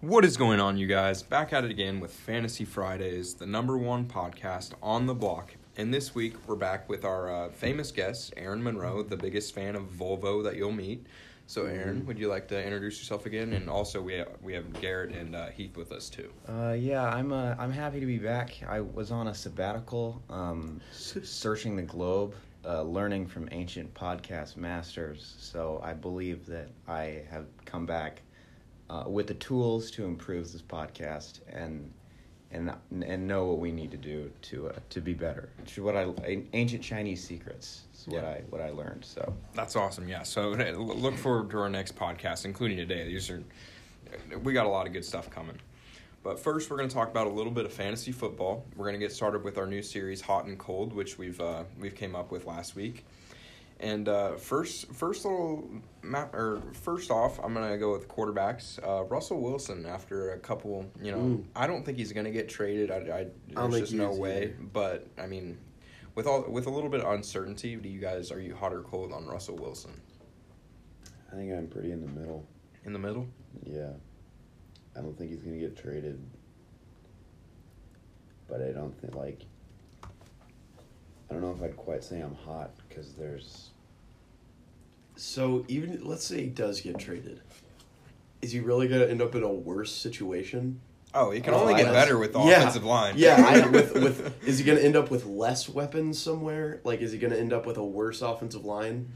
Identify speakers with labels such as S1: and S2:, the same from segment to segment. S1: What is going on, you guys? Back at it again with Fantasy Fridays, the number one podcast on the block. And this week, we're back with our uh, famous guest, Aaron Monroe, the biggest fan of Volvo that you'll meet. So, Aaron, would you like to introduce yourself again? And also, we have, we have Garrett and uh, Heath with us too.
S2: Uh, yeah, I'm uh, I'm happy to be back. I was on a sabbatical, um, s- searching the globe, uh, learning from ancient podcast masters. So I believe that I have come back uh, with the tools to improve this podcast and and and know what we need to do to uh, to be better. Which is what I ancient Chinese secrets is what
S1: Yeah.
S2: I what I learned. So
S1: That's awesome. Yeah. So uh, l- look forward to our next podcast, including today. These are we got a lot of good stuff coming. But first, we're going to talk about a little bit of fantasy football. We're going to get started with our new series, Hot and Cold, which we've uh, we've came up with last week. And uh, first, first little map, or first off, I'm gonna go with quarterbacks. Uh, Russell Wilson, after a couple, you know,
S3: Mm.
S1: I don't think he's gonna get traded. I, I there's
S3: don't think
S1: just
S3: he
S1: no
S3: is
S1: way.
S3: either.
S1: But I mean, with all with a little bit of uncertainty, do you guys are you hot or cold on Russell Wilson?
S3: I think I'm pretty in the middle.
S1: In the middle.
S3: Yeah. I don't think he's going to get traded. But I don't think, like, I don't know if I'd quite say I'm hot because there's.
S4: So even let's say he does get traded, is he really going to end up in a worse situation?
S1: Oh, it can
S4: Oh,
S1: only get
S4: I-
S1: better with the
S4: Yeah.
S1: offensive line.
S4: Yeah, I, with with is he going to end up with less weapons somewhere? Like, is he going to end up with a worse offensive line?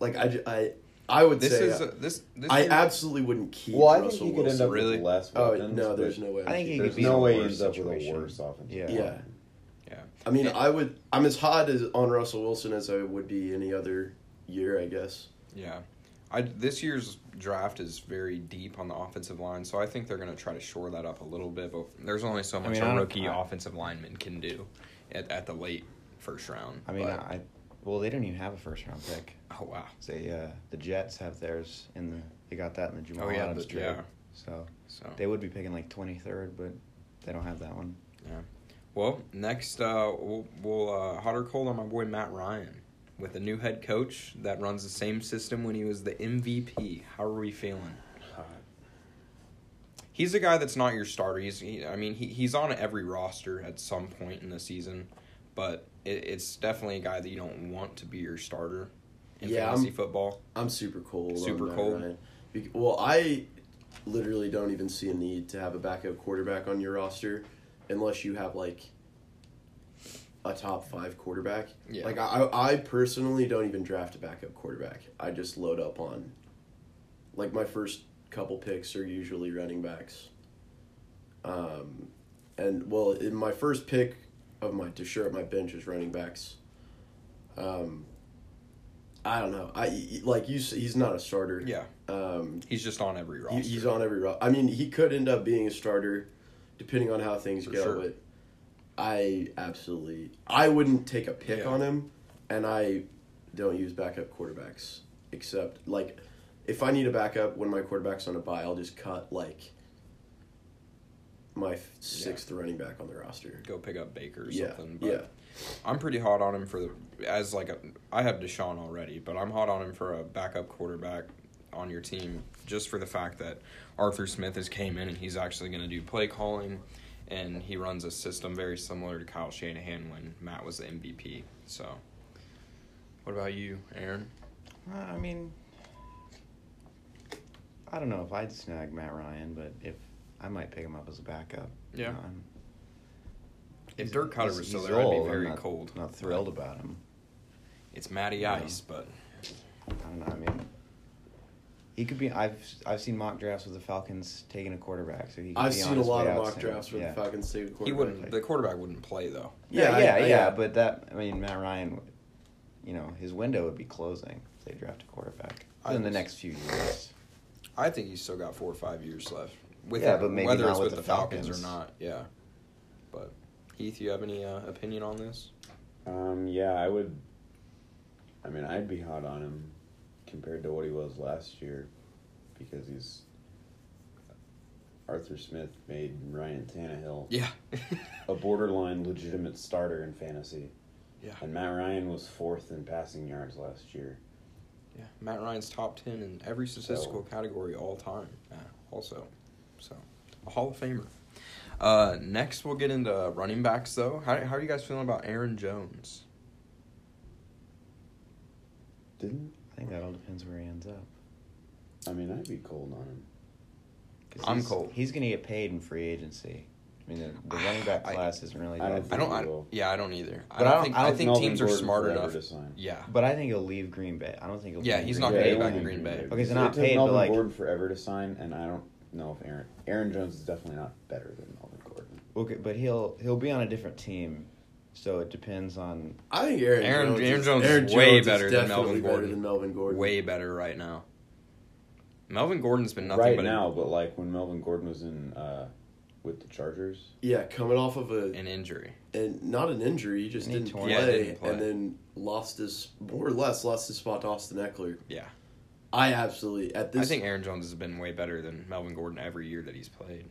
S4: Like, I j- I I would
S1: this
S4: say
S1: is
S4: uh,
S1: a, this. this
S4: I
S1: year-
S4: absolutely wouldn't keep.
S3: Well, I think
S4: Russell
S3: he could end
S4: Wilson.
S3: up
S1: Really?
S3: with less
S4: Oh
S3: weapons.
S4: no,
S3: but
S4: there's no way.
S2: I think he could
S3: There's
S2: be
S3: no
S2: in a
S3: way he
S2: worse
S3: ends up with a
S2: situation.
S3: worse offensive
S2: Yeah.
S3: line.
S4: Yeah.
S1: yeah.
S4: I mean, I would. I'm as hot as on Russell Wilson as I would be any other year, I guess.
S1: Yeah. I, this year's draft is very deep on the offensive line, so I think they're going to try to shore that up a little bit. But there's only so much
S2: mean, I
S1: a
S2: don't-
S1: rookie
S2: I-
S1: offensive lineman can do at, at the late first round.
S2: I mean,
S1: But-
S2: I well, they don't even have a first round pick.
S1: oh wow,
S2: They uh, the Jets have theirs in the they got that in the Jamal
S1: Oh, yeah,
S2: Adams
S1: the-
S2: trade.
S1: yeah.
S2: So
S1: so
S2: they would be picking like twenty third, but they don't have that one.
S1: well next uh, we'll, we'll uh, hot or cold on my boy Matt Ryan with a new head coach that runs the same system when he was the MVP. How are we feeling?
S3: Hot.
S1: He's a guy that's not your starter. He's, he, I mean, he, he's on every roster at some point in the season, but it, it's definitely a guy that you don't want to be your starter in
S4: Yeah,
S1: fantasy
S4: I'm-
S1: football.
S4: I'm super cold. on
S1: Super
S4: Matt
S1: cold?
S4: Ryan. Bec- well, I literally don't even see a need to have a backup quarterback on your roster unless you have like a top five quarterback.
S1: Yeah.
S4: Like I, I I personally don't even draft a backup quarterback. I just load up on. Like my first couple picks are usually running backs. Um, and well, in my first pick of my to share up my bench is running backs. Um, I don't know. I like you. s- He's not a starter.
S1: Yeah,
S4: Um,
S1: he's just on every
S4: he-
S1: roster.
S4: he's on every roster. I mean, he could end up being a starter, depending on how things
S1: For
S4: go.
S1: sure.
S4: But I absolutely, I wouldn't take a pick
S1: Yeah.
S4: on him, and I don't use backup quarterbacks except like if I need a backup when my quarterback's on a bye, I'll just cut like my f- sixth running back on the roster.
S1: Go pick up Baker or
S4: Yeah,
S1: something. But
S4: yeah.
S1: I'm pretty hot on him for the as like a, I have Deshaun already, but I'm hot on him for a backup quarterback on your team just for the fact that Arthur Smith has came in and he's actually going to do play calling, and he runs a system very similar to Kyle Shanahan when Matt was the MVP. So, what about you, Aaron?
S2: Uh, I mean, I don't know if I'd snag Matt Ryan, but if I might pick him up as a backup. you
S1: Yeah.
S2: know, I'm-
S1: If
S2: he's-
S1: Dirk Cutter
S2: he's-
S1: was still
S2: he's
S1: there, I'd
S2: old,
S1: be
S2: I'm
S1: very
S2: not-
S1: cold.
S2: Not thrilled about him.
S1: It's Matty
S2: No.
S1: Ice, but
S2: I don't know. I mean. He could be. I've I've seen mock drafts with the Falcons taking a quarterback, so he. Could
S4: I've
S2: be on
S4: seen a
S2: his
S4: lot
S2: way
S4: of
S2: out
S4: mock
S2: soon.
S4: drafts where
S2: Yeah.
S4: the Falcons save a quarterback.
S1: he wouldn't. The quarterback wouldn't play though.
S2: Yeah, yeah,
S4: I-
S2: yeah,
S4: I-
S2: But that, I mean, Matt Ryan, you know, his window would be closing if they draft a quarterback
S1: I
S2: in the
S1: just-
S2: next few years.
S1: I think he's still got four or five years left. With
S2: Yeah, but maybe
S1: whether
S2: not
S1: it's
S2: with
S1: with the
S2: the
S1: Falcons.
S2: Falcons.
S1: or not, yeah. But Heath, you have any uh, opinion on this?
S3: Um, yeah, I would. I mean, I'd be hot on him compared to what he was last year because he's. Arthur Smith made Ryan Tannehill
S1: Yeah,
S3: a borderline legitimate starter in fantasy.
S1: Yeah.
S3: And Matt Ryan was fourth in passing yards last year.
S1: yeah. Matt Ryan's top ten in every statistical category all time. Yeah, uh, also, So, a Hall of Famer. Uh, next, we'll get into running backs, though. How, how are you guys feeling about Aaron Jones?
S3: Didn't
S2: I think that all depends where he ends up.
S3: I mean I'd be cold on him.
S2: 'Cause
S1: I'm
S2: he's-
S1: cold.
S2: He's going to get paid in free agency. I mean, the, the running back
S1: I-
S2: class isn't really.
S3: I
S2: that
S3: don't
S2: big.
S1: I don't. I,
S3: Well-
S1: yeah, I don't either. I
S2: But
S1: don't,
S2: I don't-
S1: think.
S2: I
S1: I
S2: don't
S1: think
S3: Melvin
S1: teams are
S3: Gordon
S1: smart
S3: forever
S1: enough.
S3: to sign.
S1: Yeah,
S2: But I think he'll leave Green Bay. I don't think he'll.
S1: Yeah,
S2: be in
S1: he's not
S2: Green Bay.
S1: gonna
S3: it
S1: get back
S3: won't
S1: to
S3: be
S1: Green Bay.
S2: Okay, so
S3: It
S2: not
S3: took
S2: paid, but,
S3: Melvin
S2: like-
S3: Gordon forever to sign, and I don't know if Aaron Aaron Jones is definitely not better than Melvin Gordon.
S2: Okay, but he'll he'll be on a different team, so it depends on.
S4: I think Aaron,
S1: Aaron-
S4: Jones,
S1: Aaron
S4: is,
S1: Jones is
S4: Aaron
S1: way
S4: Jones
S1: better
S4: is
S1: than
S4: definitely
S1: Melvin
S4: better
S1: Gordon.
S4: than Melvin Gordon.
S1: way better right now. Melvin Gordon's been nothing
S3: right
S1: but
S3: now, but like when Melvin Gordon was in uh, with the Chargers,
S4: Yeah, coming off of a
S1: an injury.
S4: and not an injury, he just
S2: And he
S4: didn't,
S2: tore
S4: play,
S1: it. Yeah, didn't play.
S4: and then lost his more or less lost his spot to Austin Eckler.
S1: Yeah,
S4: I absolutely at this
S1: I think Aaron Jones has been way better than Melvin Gordon every year that he's played.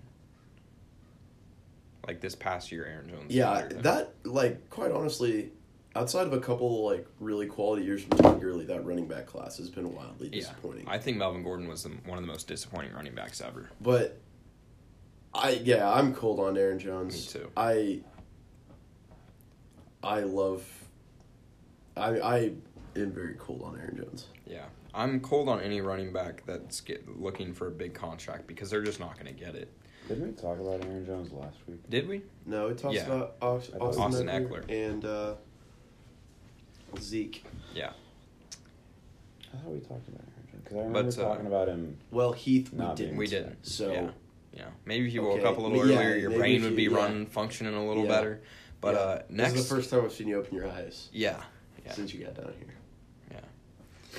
S1: Like this past year, Aaron Jones. is
S4: yeah
S1: better than-
S4: that like quite honestly, outside of a couple like really quality years from Todd Gurley, that running back class has been wildly
S1: Yeah.
S4: disappointing.
S1: I think Melvin Gordon was the, one of the most disappointing running backs ever.
S4: But I yeah, I'm cold on Aaron Jones.
S1: Me too.
S4: I I love I I am very cold on Aaron Jones.
S1: Yeah, I'm cold on any running back that's get, looking for a big contract because they're just not going to get it.
S3: didn't we talk about Aaron Jones last week?
S1: Did we?
S4: No, it talks
S1: Yeah.
S4: about Aus-
S3: I thought-
S4: Austin,
S1: Austin
S4: Eckler,
S1: Eckler.
S4: and uh, Zeke.
S1: Yeah.
S3: I thought we talked about Aaron Jones because I remember
S1: But, uh,
S3: talking about him.
S4: Well, Heath, we
S3: Nah,
S4: didn't.
S1: We didn't.
S4: So
S1: Yeah. Yeah, maybe if you woke
S4: Okay,
S1: up a little
S4: yeah,
S1: earlier, your
S4: maybe
S1: brain
S4: if
S1: would
S4: you-
S1: be
S4: yeah.
S1: running, functioning a little
S4: Yeah.
S1: better. But
S4: Yeah.
S1: uh, next,
S4: this is the first time I've seen you open your eyes
S1: yeah, yeah.
S4: since you got down here.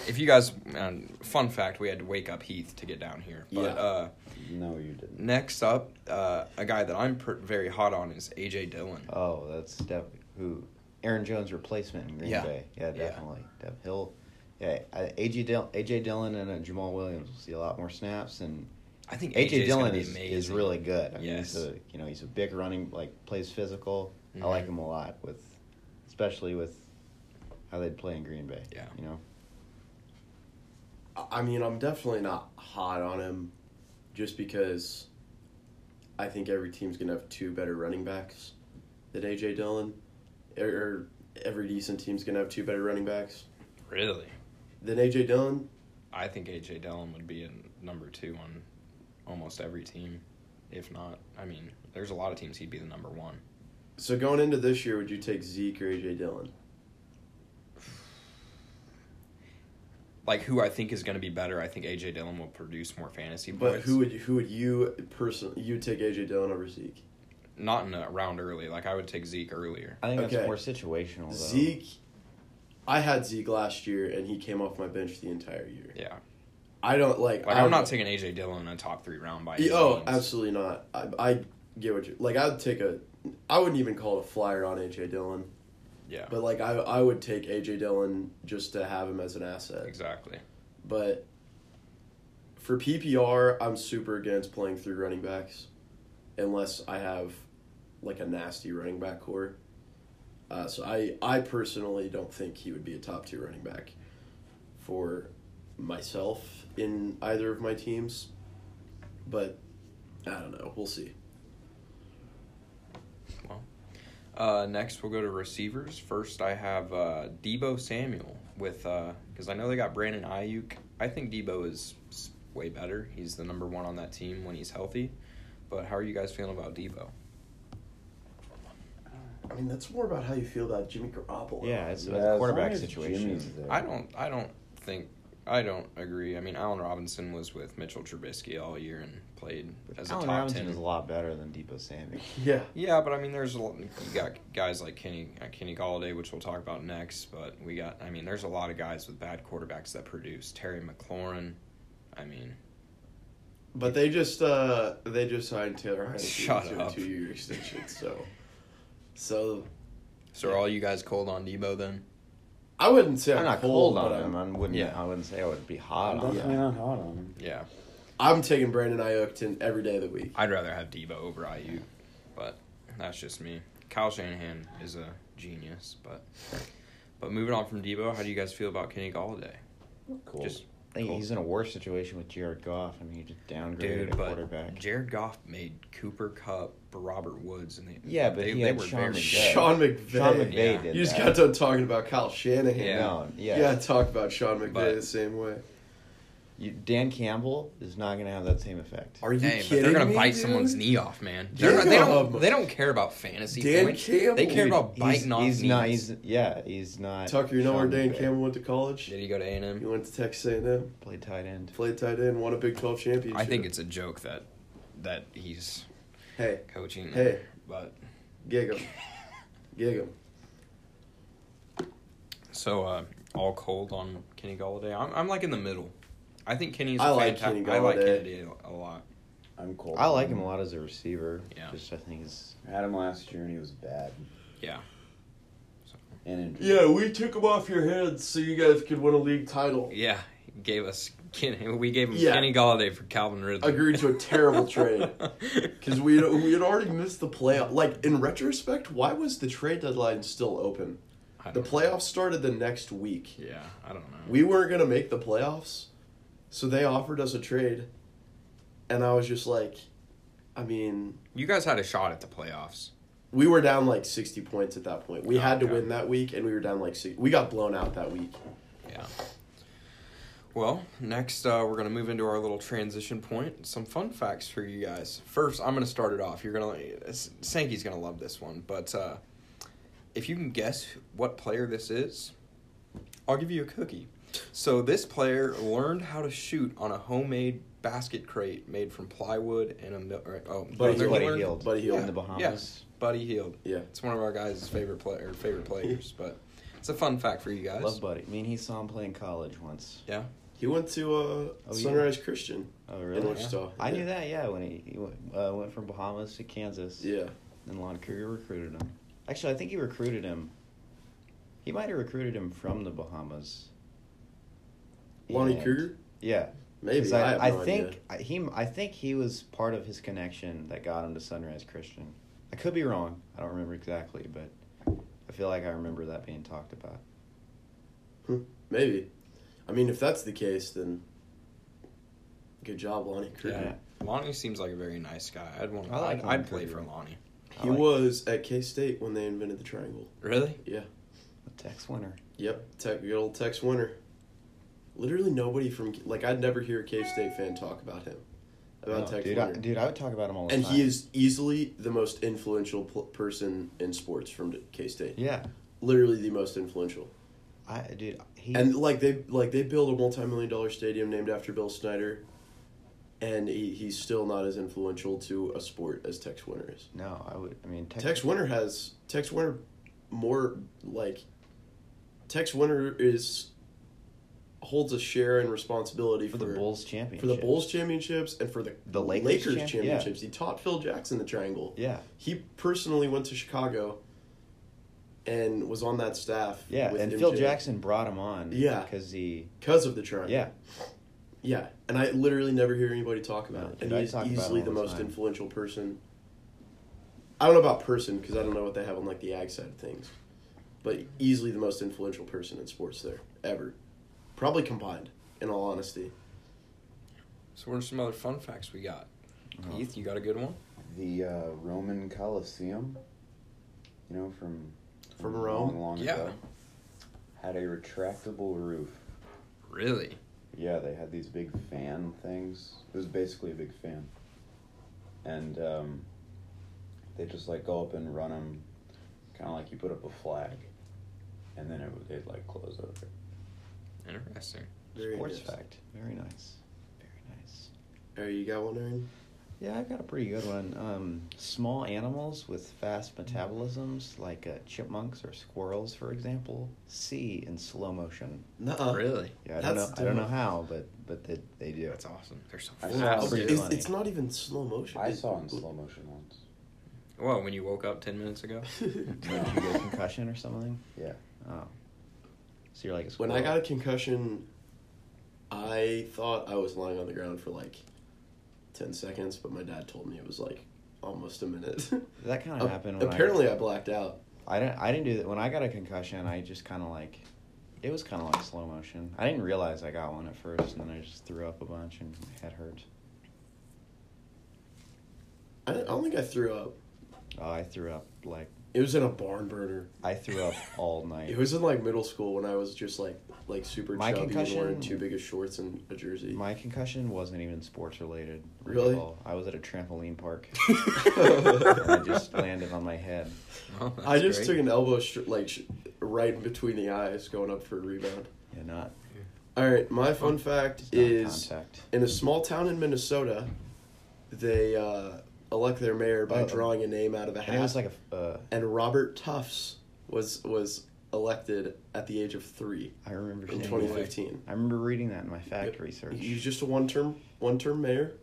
S1: If you guys, um, fun fact, we had to wake up Heath to get down here. But
S4: Yeah.
S1: uh,
S3: No, you didn't.
S1: next up, uh, a guy that I'm pr- very hot on is AJ Dillon.
S2: Oh, that's Dev who Aaron Jones replacement in Green
S1: Yeah.
S2: Bay. Yeah,
S1: Yeah.
S2: definitely. Dev Hill. Yeah, I- AJ Dill, AJ Dillon and uh, Jamal Williams will see a lot more snaps, and
S1: I think
S2: AJ
S1: AJ
S2: Dillon
S1: be
S2: is,
S1: amazing.
S2: is really good. I mean,
S1: Yes.
S2: he's a you know he's a big running like plays physical.
S1: Mhm.
S2: I like him a lot with, especially with how they'd play in Green Bay.
S1: Yeah.
S2: you know.
S4: I- I mean, I'm definitely not hot on him, just because I think every team's gonna have two better running backs than AJ Dillon, or, or every decent team's gonna have two better running backs
S1: really.
S4: than AJ Dillon.
S1: Mm-hmm. I think AJ Dillon would be a number two on almost every team, if not. I mean, there's a lot of teams he'd be the number one.
S4: So going into this year, would you take Zeke or AJ Dillon?
S1: Like who I think is going to be better, I think AJ Dillon will produce more fantasy points.
S4: But who would you, who would you personally you would take AJ Dillon over Zeke?
S1: Not in a round early. Like I would take Zeke earlier.
S2: I think
S4: Okay.
S2: that's more situational. Though.
S4: Zeke, I had Zeke last year, and he came off my bench the entire year.
S1: Yeah,
S4: I don't like.
S1: like
S4: I
S1: I'm
S4: don't-
S1: not taking AJ Dillon in a top three round
S2: E,
S1: by. any
S4: Yeah, oh,
S1: means.
S4: absolutely not. I, I get what you like. I'd take a. I wouldn't even call it a flyer on AJ Dillon,
S1: Yeah,
S4: but like I, I would take AJ Dillon just to have him as an asset.
S1: exactly.
S4: But for PPR, I'm super against playing three running backs, unless I have like a nasty running back core. Uh, so I, I personally don't think he would be a top two running back for myself in either of my teams, but I don't know. We'll see.
S1: Uh, next, we'll go to receivers. First, I have uh, Debo Samuel with because I know they got Brandon Ayuk. I think Debo is s- way better. He's the number one on that team when he's healthy. But how are you guys feeling about Debo?
S4: I mean, that's more about how you feel about Jimmy Garoppolo.
S2: Yeah, it's
S3: Yeah,
S2: about the
S3: as long
S2: quarterback
S3: as
S2: situation.
S3: Jimmy's there.
S1: I don't. I don't think. I don't agree. I mean, Allen Robinson was with Mitchell Trubisky all year and played as a
S2: Allen
S1: top
S2: Robinson
S1: ten
S2: is a lot better than Debo Samuel.
S4: Yeah.
S1: Yeah, but I mean, there's a lot, you got guys like Kenny uh, Kenny Galladay, which we'll talk about next. But we got, I mean, there's a lot of guys with bad quarterbacks that produce. Terry McLaurin, I mean,
S4: But they just uh they just signed Taylor Heineke
S1: Shut
S4: to
S1: up.
S4: a two year extension, so so
S1: so are all you guys cold on Debo then?
S4: I wouldn't say I'm,
S2: I'm not
S4: cold,
S2: cold on
S4: but
S2: him. I wouldn't.
S1: Yeah.
S2: I wouldn't say I would be hot
S3: I'm
S2: on
S3: definitely
S2: him.
S3: not hot on him.
S1: Yeah,
S4: I'm, I'm taking Brandon Ayukton every day of the week.
S1: I'd rather have Debo over IU, but that's just me. Kyle Shanahan is a genius, but but moving on from Debo, how do you guys feel about Kenny Galladay?
S3: Cool.
S1: Just
S2: I think
S1: Cool.
S2: he's in a worse situation with Jared Goff. I mean, he just downgraded
S1: Dude,
S2: a
S1: but
S2: quarterback.
S1: Jared Goff made Cooper Cup, Robert Woods, and they
S2: Yeah, but
S1: they,
S2: he
S1: they
S2: had
S1: were
S2: Sean
S1: very
S2: McVay.
S1: good.
S4: Sean McVay.
S2: Sean McVay
S1: Yeah.
S2: did
S4: You just
S2: that.
S4: got done talking about Kyle Shanahan.
S1: Yeah.
S2: No, yeah.
S4: Yeah, talk about Sean McVay
S1: But-
S4: the same way.
S2: You, Dan Campbell is not going to have that same effect.
S4: Are you
S1: Hey, but
S4: kidding
S1: they're gonna
S4: me,
S1: bite
S4: dude?
S1: someone's knee off, man. They're not- they
S4: Jacob.
S1: don't. They don't care about fantasy
S4: Dan
S1: points. They
S4: Campbell.
S1: care
S2: Dude,
S1: about biting
S2: he's,
S1: off
S2: he's
S1: knees.
S2: not. He's yeah. He's not.
S4: Tucker, you know where
S2: Sean
S4: Dan
S2: McVay.
S4: Campbell went to college?
S1: Did he go to A and
S4: He
S1: M?
S4: went to Texas A&M,
S2: played tight end.
S4: played tight end, won a Big 12 championship.
S1: I think it's a joke that that he's
S4: Hey,
S1: coaching.
S4: Hey.
S1: but
S4: gig him. gig him.
S1: so uh, all cold on Kenny Galladay. I'm, I'm like in the middle. I think Kenny's.
S4: I
S1: a
S4: like
S1: fanta-
S4: Kenny
S1: I like
S4: Golladay.
S1: Kenny a lot.
S3: I'm cold.
S2: I like
S3: on
S2: him a lot as a receiver.
S1: Yeah.
S2: Just I think he's
S3: I had him last year and he was bad.
S1: Yeah.
S3: And injured.
S4: Yeah, we took him off your heads so you guys could win a league title.
S1: Yeah, he gave us Kenny. We gave him
S4: Yeah.
S1: Kenny Galladay for Calvin Ridley.
S4: Agreed to a terrible trade. Because we had- we had already missed the playoff. Like in retrospect, why was the trade deadline still open?
S1: I
S4: The
S1: don't-
S4: playoffs started the next week.
S1: Yeah, I don't know.
S4: We weren't gonna make the playoffs, so they offered us a trade, and I was just like, I mean,
S1: You guys had a shot at the playoffs.
S4: we were down like sixty points at that point. We
S1: Oh,
S4: had to
S1: okay.
S4: win that week, and we were down like six. We got blown out that week.
S1: Yeah. Well, next uh, we're gonna move into our little transition point. Some fun facts for you guys. First, I'm gonna start it off. You're gonna S- Sankey's gonna love this one, but uh, if you can guess what player this is, I'll give you a cookie. So this player learned how to shoot on a homemade basket crate made from plywood and a mil- or, oh,
S4: Buddy
S1: no,
S4: Hield.
S1: he learned-
S2: Hield.
S4: Buddy Hield.
S2: in the Bahamas.
S1: Buddy Healed.
S4: Yeah.
S1: It's one of our guys' favorite player, favorite players, but it's a fun fact for you guys.
S2: Love Buddy. I mean, he saw him play in college once.
S1: yeah.
S4: He went to uh,
S2: Oh, yeah.
S4: Sunrise Christian
S2: Oh
S4: in
S2: really?
S4: Wichita.
S2: I
S4: Yeah.
S2: knew that. Yeah, when he, he went, uh, went from Bahamas to Kansas.
S4: Yeah,
S2: And Lon Kruger recruited him. Actually, I think he recruited him. He might have recruited him from the Bahamas.
S4: Lonnie
S2: And-
S4: Kruger.
S2: Yeah,
S4: Maybe
S2: 'cause
S4: I,
S2: I,
S4: have
S2: I
S4: no
S2: think
S4: idea.
S2: I, he. I think he was part of his connection that got him to Sunrise Christian. I could be wrong. I don't remember exactly, but I feel like I remember that being talked about.
S4: Maybe. I mean, if that's the case, then good job, Lonnie Kruger.
S1: Yeah. Lonnie seems like a very nice guy. I'd want.
S2: I
S1: I
S2: like
S1: like. I'd,
S2: Lonnie
S1: play for
S2: Kruger.
S1: Lonnie.
S2: I
S4: He
S2: like
S4: was at K State when they invented the triangle.
S1: Really?
S2: the Tex winner.
S4: Yep, tech, good old Tex winner. Literally nobody from like I'd never hear a K State fan talk about him, about
S2: No,
S4: Tex
S2: Oh, dude, I,
S4: winner.
S2: dude, I would talk about him all the
S4: and
S2: time.
S4: he is easily the most influential pl- person in sports from K State.
S2: Yeah,
S4: Literally the most influential.
S2: I dude. He
S4: And like they like they build a multi million dollar stadium named after Bill Snyder, and he, he's still not as influential to a sport as Tex Winter is.
S2: no, I would. I mean, Tex,
S4: Tex Winter has Tex Winter more like Tex Winter is holds a share and responsibility
S2: for
S4: for,
S2: the Bulls championship.
S4: for the Bulls championships and for the,
S2: The Lakers champ- yeah.
S4: championships. He taught Phil Jackson the triangle.
S2: Yeah,
S4: He personally went to Chicago and was on that staff.
S2: yeah.
S4: with
S2: And
S4: MJ
S2: Phil Jackson brought him on.
S4: Yeah.
S2: because he.
S4: because of the triangle.
S2: Yeah,
S4: yeah. And I literally never hear anybody talk about
S2: No,
S4: it.
S2: dude,
S4: And
S2: I
S4: he's
S2: talk about it
S4: easily
S2: all
S4: the
S2: the
S4: most
S2: time.
S4: influential person. I don't know about person because I don't know what they have on like the ag side of things, but easily the most influential person in sports there ever, probably combined. In all honesty,
S1: So what are some other fun facts we got?
S2: Oh.
S1: Heath, you got a good one?
S3: The uh, Roman Colosseum, you know, from
S4: From
S3: long,
S4: Rome?
S3: long
S1: Yeah.
S3: ago, had a retractable roof.
S1: Really?
S3: Yeah, they had these big fan things. It was basically a big fan, and um, they just like go up and run them, kind of like you put up a flag, and then it would they'd like close over.
S1: Interesting.
S4: Very
S2: Oh, sports
S4: interesting.
S2: fact. Very nice. Very nice.
S4: Aaron, you got one, Aaron?
S2: Yeah, I've got a pretty good one. Um, small animals with fast metabolisms, like uh, chipmunks or squirrels, for example, see in slow motion.
S4: Nuh-uh.
S1: really?
S2: Yeah, I don't
S4: That's
S2: know. I don't know
S4: dumb.
S2: how, but but they, they do.
S1: That's awesome. They're so
S3: I
S1: fast.
S3: saw-
S4: Okay,
S2: pretty
S4: it's,
S2: funny.
S4: it's not even slow motion.
S3: I
S4: It-
S3: saw it in slow motion once.
S1: Well, when you woke up ten minutes ago.
S2: Did you get a concussion or something?
S3: Yeah.
S2: Oh, so you're like a
S4: When
S2: squirrel.
S4: I got a concussion, I thought I was lying on the ground for like 10 seconds, but my dad told me it was like almost a minute.
S2: that kind of happened. When
S4: Apparently, I blacked out.
S2: I, I didn't. I didn't do that. When I got a concussion, I just kind of like It was kind of like slow motion. I didn't realize I got one at first, and then I just threw up a bunch, and my head hurt.
S4: I, don't- I don't think I threw up.
S2: Oh, I threw up like
S4: It was in a barn burner.
S2: I threw up all night.
S4: It was in like middle school when I was just like like super
S2: My
S4: chubby and wearing
S2: concussion-
S4: too big of shorts and a jersey.
S2: My concussion wasn't even sports related.
S4: Really?
S2: I was at a trampoline park. and I
S4: I
S2: just landed on my head.
S1: Well, that's
S4: just
S1: great.
S4: took an elbow str- like sh- right in between the eyes, going up for a rebound.
S2: Yeah, not,
S4: All right, my fun fact
S2: it's not
S4: is
S2: contact.
S4: in a small town in Minnesota, they uh, elect their mayor by
S2: Oh.
S4: drawing a name out of a hat.
S2: And it was like a. Uh,
S4: and Robert Tufts was was elected at the age of three
S2: I remember.
S4: in
S2: seeing that.
S4: 2015.
S2: I remember reading that in my fact
S4: Yep.
S2: research.
S4: He was just a one term one term mayor.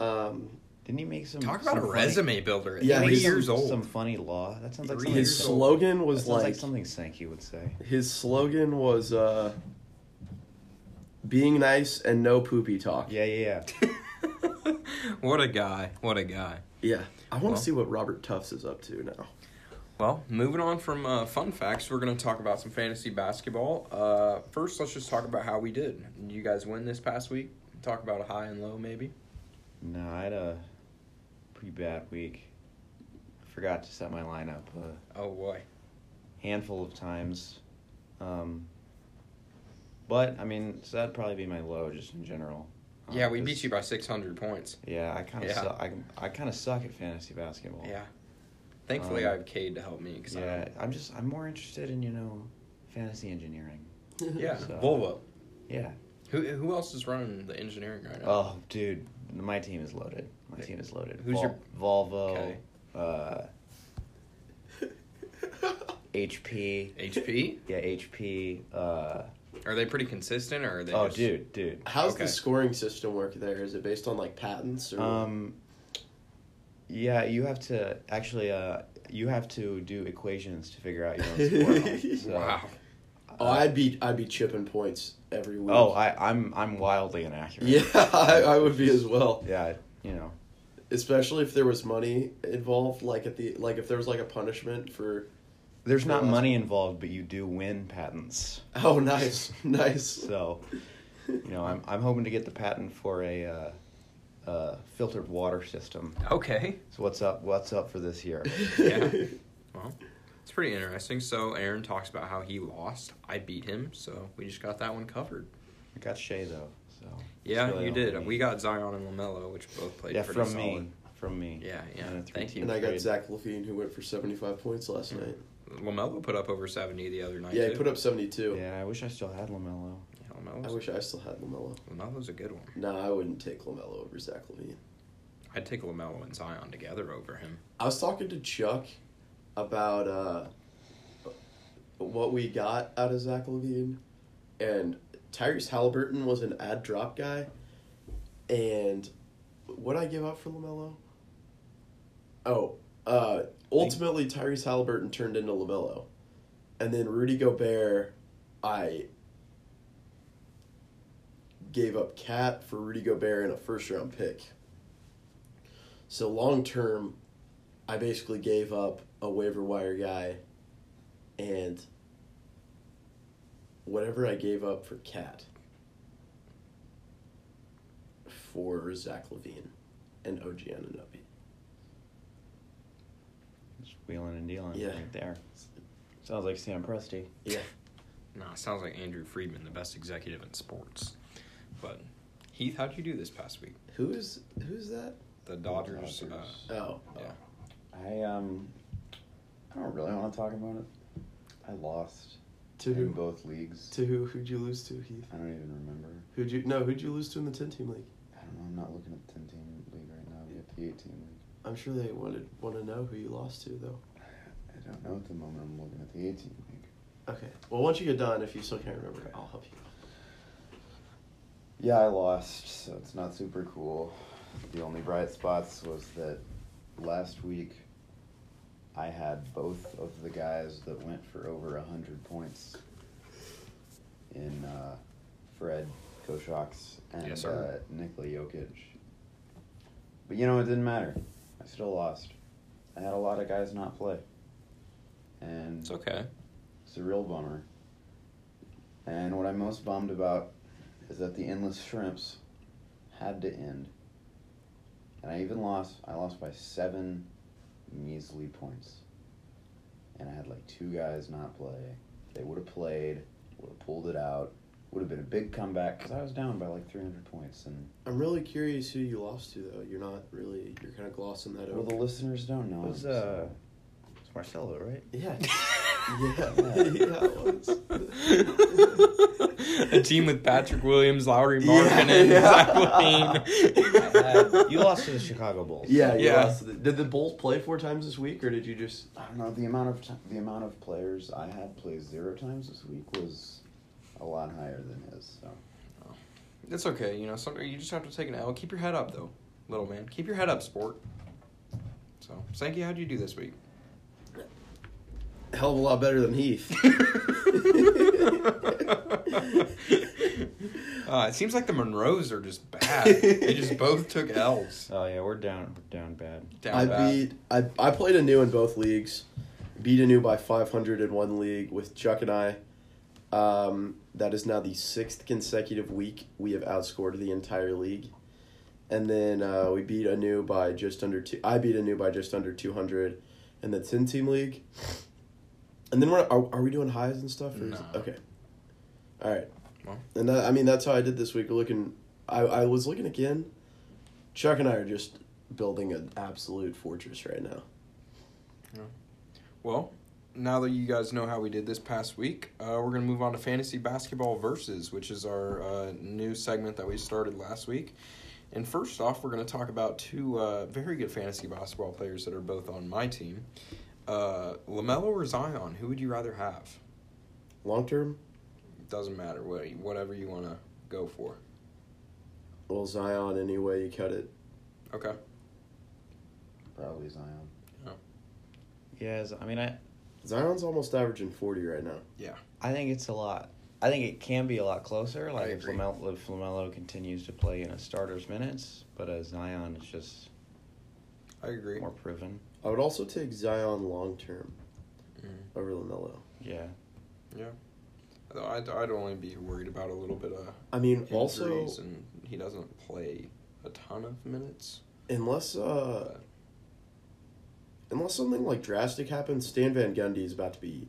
S4: Um,
S2: Didn't he make some?
S1: Talk about a
S2: some funny-
S1: resume builder. at
S4: Yeah,
S1: three
S4: he's-
S1: years
S2: some,
S1: old.
S2: Some funny law. That sounds like
S1: Three
S2: something.
S1: years
S4: his
S1: old.
S2: Sen-
S4: slogan
S2: that
S4: was
S2: sounds like,
S4: like,
S2: something Sankey would say.
S4: his slogan was uh, being nice and no poopy talk.
S2: Yeah, yeah, yeah.
S1: what a guy. What a guy.
S4: Yeah. I want to
S1: Well.
S4: see what Robert Tufts is up to now.
S1: Well, moving on from uh, fun facts, we're going to talk about some fantasy basketball. Uh, first, let's just talk about how we did. Did you guys win this past week? Talk about a high and low, maybe.
S2: No, I had a pretty bad week. Forgot to set my lineup a
S1: Oh boy.
S2: handful of times, um, but I mean, so that'd probably be my low just in general. Um,
S1: Yeah, we
S2: 'cause-
S1: beat you by 600 points.
S2: Yeah, I kind of
S1: Yeah.
S2: suck. I, I kind of suck at fantasy basketball.
S1: Yeah. Thankfully,
S2: Um,
S1: I have Cade to help me because
S2: Yeah, I'm just I'm more interested in you know, fantasy engineering.
S1: yeah,
S2: So-
S1: Volvo.
S2: Yeah.
S1: Who who else is running the engineering right now?
S2: Oh, dude, my team is loaded. My team is loaded.
S1: Who's your-
S2: Volvo?
S1: Okay.
S2: Uh, HP.
S1: HP.
S2: Yeah, HP. Uh,
S1: Are they pretty consistent or are they?
S2: oh,
S1: just...
S2: dude, dude.
S4: How's
S1: Okay.
S4: the scoring system work there? Is it based on like patents or
S2: Um, yeah, you have to actually. Uh, you have to do equations to figure out your own score. So,
S1: Wow.
S4: Oh, I'd be I'd be chipping points every week.
S2: Oh, I, I'm I'm wildly inaccurate.
S4: yeah, I, I would be as well.
S2: Yeah, you know.
S4: Especially if there was money involved, like at the like if there was like a punishment for.
S2: There's not
S4: Well, that's-
S2: money involved, but you do win patents.
S4: Oh, nice, nice.
S2: So, you know, I'm I'm hoping to get the patent for a uh, uh, filtered water system.
S1: Okay.
S2: So what's up? What's up for this year?
S1: Yeah. Well, it's pretty interesting. So Aaron talks about how he lost. I beat him, so we just got that one covered.
S2: I got Shea though. So
S1: Yeah,
S2: it's really
S1: you
S2: all
S1: did.
S2: me.
S1: We got Zion and Lamelo, which both played
S2: yeah
S1: pretty
S2: from
S1: solid.
S2: me from me.
S1: Yeah, yeah.
S2: And a three
S1: Thank you.
S2: team
S4: and I got
S2: trade.
S4: Zach Levine who went for seventy five points last night.
S1: Lamelo put up over seventy the other night.
S4: Yeah,
S1: too.
S4: he put up seventy two.
S2: Yeah, I wish I still had Lamelo.
S1: Yeah,
S4: I
S1: Lamelo's,
S4: wish I still had Lamelo.
S1: Lamelo's a good one.
S4: No, I wouldn't take Lamelo over Zach Levine.
S1: I'd take Lamelo and Zion together over him.
S4: I was talking to Chuck about uh, what we got out of Zach Levine, and Tyrese Halliburton was an ad drop guy, and what I give up for Lamelo. Oh, uh, ultimately Tyrese Halliburton turned into Lamelo, and then Rudy Gobert, I gave up Cat for Rudy Gobert and a first round pick. So long term, I basically gave up a waiver wire guy and whatever I gave up for Cat for Zach Levine and OG Ananobi.
S2: Just wheeling and dealing
S4: Yeah.
S2: right there. Sounds like Sam Presti.
S1: Nah, sounds like Andrew Friedman, the best executive in sports. But Heath, how'd you do this past week?
S4: Who is who's that?
S1: The Dodgers. Uh,
S3: Dodgers.
S4: Oh.
S1: Yeah.
S3: I um, I don't really want to talk about it. I lost
S4: To
S3: in
S4: who?
S3: both leagues.
S4: To who? Who'd you lose to, Heath?
S3: I don't even remember.
S4: Who'd you? No, who'd you lose to in the ten team league?
S3: I don't know. I'm not looking at the ten team league right now. We have the eight team league.
S4: I'm sure they wanted want to know who you lost to though.
S3: I don't know at the moment. I'm looking at the eight team league.
S4: Okay. Well, once you get done, if you still can't remember, I'll help you.
S3: Yeah, I lost, so it's not super cool. The only bright spots was that last week I had both of the guys that went for over hundred points in uh, Fred Koshox and
S1: Yes,
S3: uh,
S1: sir.
S3: Nikola Jokic. But you know, it didn't matter. I still lost. I had a lot of guys not play, and
S1: it's okay.
S3: it's a real bummer. And what I'm most bummed about is that the endless shrimps had to end. And I even lost. I lost by seven measly points. And I had like two guys not play. They would have played. Would have pulled it out. Would have been a big comeback because I was down by like 300 points. And
S4: I'm really curious who you lost to though. You're not really. You're kind of glossing that
S3: well,
S4: over.
S3: the listeners don't
S1: Oh,
S3: know.
S2: It was,
S3: him, so-
S2: uh, it's Marcelo, right?
S4: yeah.
S1: yeah,
S4: yeah, it was.
S1: a team with Patrick Williams, Lowry
S4: Yeah,
S1: Markkinen,
S4: yeah.
S1: Zach Levine.
S2: Uh, you lost to the Chicago Bulls.
S4: Yeah, you
S1: Yeah.
S4: lost to the- did the Bulls play four times this week, or did you just?
S3: I don't know the amount of t- the amount of players I had play zero times this week was a lot higher than his. So
S1: It's okay, you know. Sometimes you just have to take an L. Keep your head up, though, little man. Keep your head up, sport. So, Sankey, how'd you do this week?
S4: Hell of a lot better than Heath.
S1: Uh, it seems like the Monroes are just bad. they just both took L's.
S2: Oh yeah, we're down. We're down bad.
S1: Down
S4: I
S1: bad.
S4: beat. I I played a new in both leagues. Beat a new by 500 in one league with Chuck and I. Um, that is now the sixth consecutive week we have outscored the entire league. And then uh, we beat a new by just under two. I beat a new by just under 200 in the 10 team league. And then we're are, are we doing highs and stuff? Or is,
S1: No.
S4: okay. All right.
S1: Well.
S4: And that, I mean that's how I did this week. We're looking, I I was looking again. Chuck and I are just building an absolute fortress right now.
S1: Well, now that you guys know how we did this past week, uh, we're going to move on to Fantasy Basketball Versus, which is our uh, new segment that we started last week. And first off, we're going to talk about two uh, very good fantasy basketball players that are both on my team. Uh, LaMelo or Zion, who would you rather have?
S4: Long term,
S1: Doesn't matter, what- whatever you want to go for.
S4: well Zion any way you cut it.
S1: Okay.
S3: probably Zion.
S2: Yeah, I mean, I
S4: Zion's almost averaging forty right now.
S2: I think it's a lot. I think it can be a lot closer. Like if
S1: agree.
S2: Lamelo, if Lamelo continues to play in a starter's minutes, but uh, Zion is just
S1: I agree.
S2: more proven.
S4: I would also take Zion long term
S1: Mhm.
S4: over Lamelo.
S2: Yeah,
S1: Though I'd, I'd only be worried about a little bit of
S4: I mean,
S1: injuries,
S4: also
S1: and he doesn't play a ton of minutes.
S4: unless uh, unless something like drastic happens, Stan Van Gundy is about to be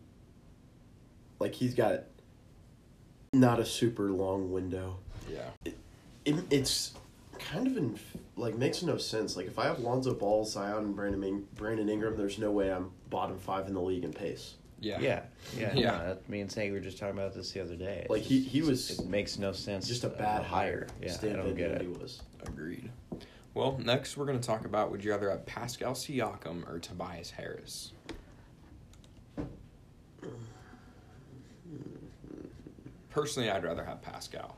S4: like he's got not a super long window.
S1: Yeah.
S4: it, it's kind of in, like makes no sense. Like if I have Lonzo Ball, Zion, and Brandon Ing- Brandon Ingram, there's no way I'm bottom five in the league in pace.
S1: Yeah.
S2: yeah,
S1: Yeah.
S2: yeah. no, that, me and Saint were just talking about this the other day. It's
S4: Like he,
S2: just-
S4: he was
S2: it makes no sense.
S4: just a
S2: uh,
S4: bad
S2: hire.
S4: hire.
S2: Yeah,
S4: Stan
S2: I don't
S4: Van
S2: get it.
S4: Gundy was.
S1: Agreed. Well, next we're going to talk about would you rather have Pascal Siakam or Tobias Harris? Personally, I'd rather have Pascal.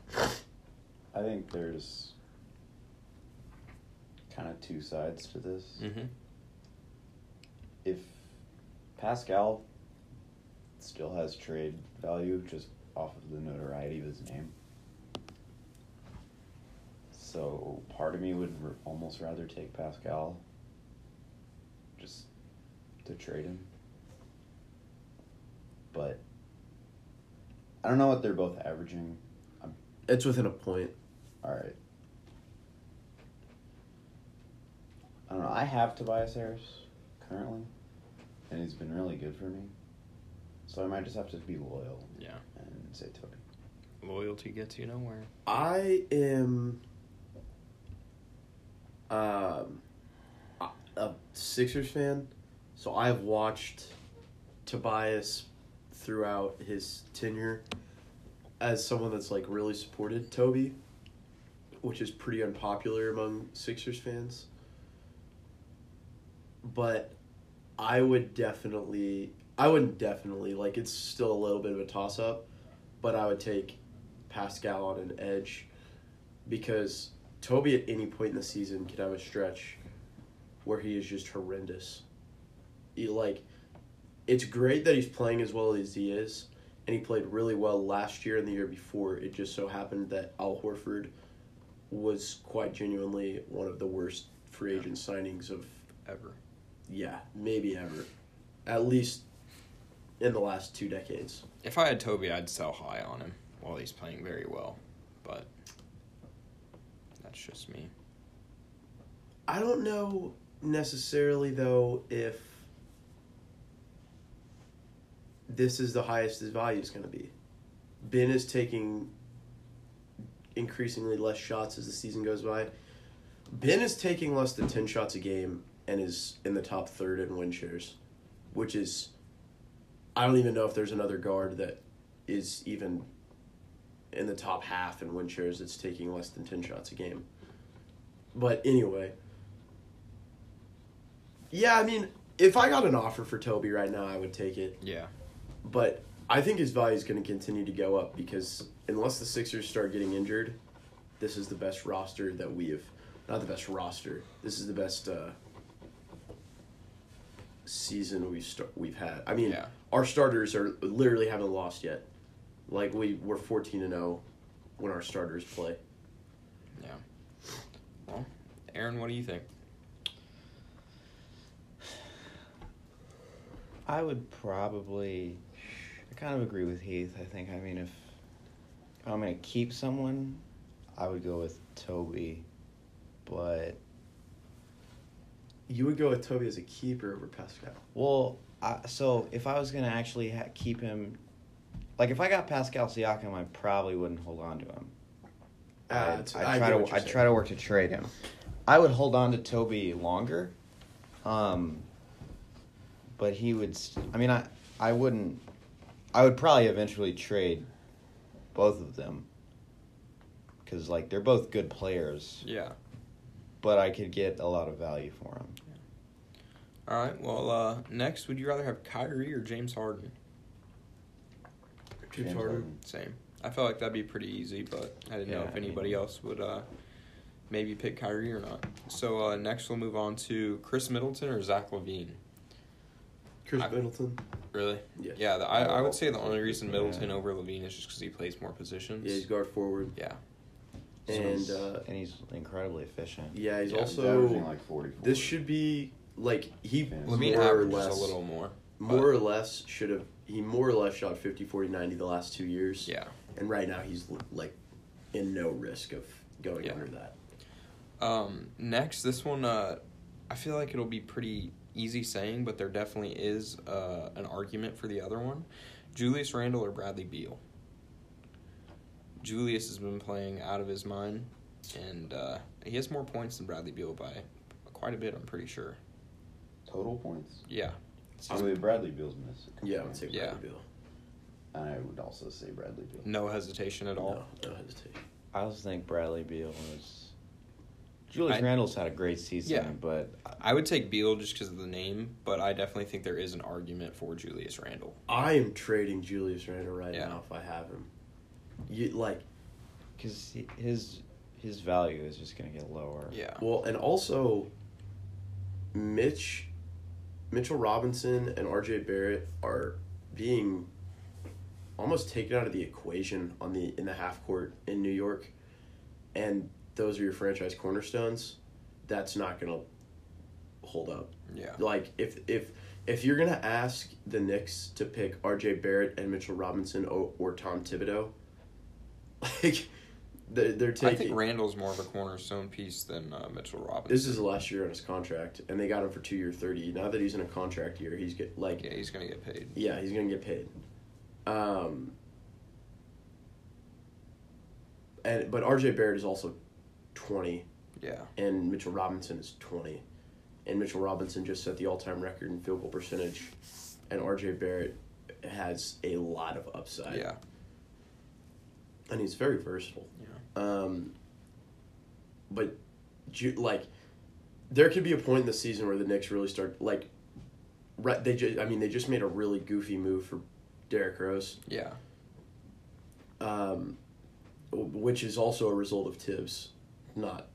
S3: I think there's kind of two sides to this.
S1: Mm-hmm.
S3: If Pascal still has trade value just off of the notoriety of his name, so part of me would r almost rather take Pascal just to trade him. But I don't know what they're both averaging.
S4: It's within a point.
S3: All right. I don't know. I have Tobias Harris currently, and he's been really good for me. So I might just have to be loyal
S1: Yeah.
S3: and say Toby.
S1: Loyalty gets you nowhere.
S4: I am um, a- a Sixers fan, so I've watched Tobias throughout his tenure as someone that's like really supported Toby, which is pretty unpopular among Sixers fans. But I would definitely, I wouldn't definitely, like, it's still a little bit of a toss up, but I would take Pascal on an edge because Toby at any point in the season could have a stretch where he is just horrendous. He, like, it's great that he's playing as well as he is, and he played really well last year and the year before. It just so happened that Al Horford was quite genuinely one of the worst free agent signings of,
S1: Ever.
S4: yeah, maybe ever. At least in the last two decades.
S1: If I had Toby, I'd sell high on him while he's playing very well. But that's just me.
S4: I don't know necessarily though if this is the highest his value is going to be. Ben is taking increasingly less shots as the season goes by. Ben is taking less than 10 shots a game and is in the top third in win shares, which is I don't even know if there's another guard that is even in the top half in win shares that's taking less than 10 shots a game. But anyway, yeah, I mean, if I got an offer for Toby right now, I would take it.
S1: Yeah.
S4: But I think his value is going to continue to go up because unless the Sixers start getting injured, this is the best roster that we have. Not the best roster. This is the best uh, season we've st- we've had. I mean,
S1: Yeah.
S4: our starters are literally haven't lost yet. Like we we're fourteen and zero when our starters play.
S1: Yeah. Well, Aaron, what do you think?
S2: I would probably. I kind of agree with Heath. I think. I mean, if I'm gonna keep someone, I would go with Toby, but
S4: You would go with Toby as a keeper over Pascal.
S2: Well, I, so if I was gonna actually ha- keep him, like if I got Pascal Siakam, I probably wouldn't hold on to him.
S4: Uh,
S2: I'd, I'd try to I'd try to work to trade him. I would hold on to Toby longer, um, but he would. St- I mean, I I wouldn't. I would probably eventually trade both of them because like they're both good players,
S1: Yeah.
S2: but I could get a lot of value for them.
S1: All right. Well, uh, next, would you rather have Kyrie or James Harden?
S4: James
S3: James
S4: Harden.
S3: Harden.
S1: Same. I felt like that'd be pretty easy, but I didn't know
S2: Yeah,
S1: if
S2: I mean-
S1: anybody else would uh, maybe pick Kyrie or not. So uh, next, we'll move on to Chris Middleton or Zach Levine.
S4: Chris
S1: I-
S4: Middleton.
S1: Really?
S4: Yeah.
S1: Yeah. The, I, I would say the only reason
S2: Yeah.
S1: Middleton over Levine is just because he plays more positions.
S4: Yeah, he's guard forward.
S1: Yeah.
S4: And uh,
S2: and he's incredibly efficient.
S4: yeah, he's
S1: Yeah,
S3: He's
S4: also
S3: averaging like 44.
S4: this should be like he
S3: Yeah.
S1: Levine
S4: more or
S1: averages
S4: less
S1: a little more.
S4: more or less should have he more or less shot 50 40 90 the last 2 years.
S1: Yeah.
S4: And right now he's l- like in no risk of going
S1: Yeah.
S4: under that.
S1: Um, next, this one, uh, I feel like it'll be pretty easy saying, but there definitely is uh, an argument for the other one. Julius Randle or Bradley Beal? Julius has been playing out of his mind, and uh, he has more points than Bradley Beal by quite a bit, I'm pretty sure.
S3: Total points.
S1: Yeah.
S3: I believe Bradley Beal's missed. a couple
S4: Yeah, I would
S3: games.
S4: say
S1: Yeah.
S4: Bradley Beal.
S3: And I would also say Bradley Beal.
S1: No hesitation at all.
S4: No, no hesitation.
S2: I also think Bradley Beal was. Julius
S1: I-
S2: Randle's had a great season,
S1: Yeah.
S2: but
S1: I would take Beal just because of the name, but I definitely think there is an argument for Julius Randle.
S4: I am trading Julius Randle right
S1: Yeah.
S4: now if I have him. You like
S2: because his his value is just gonna get lower.
S1: Yeah.
S4: Well, and also Mitch Mitchell Robinson and RJ Barrett are being almost taken out of the equation on the in the half court in New York. And those are your franchise cornerstones. That's not going to hold up.
S1: Yeah.
S4: Like if if if you're going to ask the Knicks to pick RJ Barrett and Mitchell Robinson or, or Tom Thibodeau, like they're, they're taking
S1: I think Randall's more of a cornerstone piece than uh, Mitchell Robinson.
S4: this is the last year on his contract, and they got him for two year thirty. Now that he's in a contract year, he's get like
S1: Yeah, he's gonna get paid.
S4: yeah, he's gonna get paid. Um, and but RJ Barrett is also twenty,
S1: Yeah,
S4: and Mitchell Robinson is twenty, and Mitchell Robinson just set the all time record in field goal percentage, and RJ Barrett has a lot of upside.
S1: yeah,
S4: and he's very versatile.
S1: Yeah.
S4: Um, but ju- like, there could be a point in the season where the Knicks really start like, right? They just I mean they just made a really goofy move for Derrick Rose,
S1: yeah,
S4: um, w- which is also a result of Tibbs not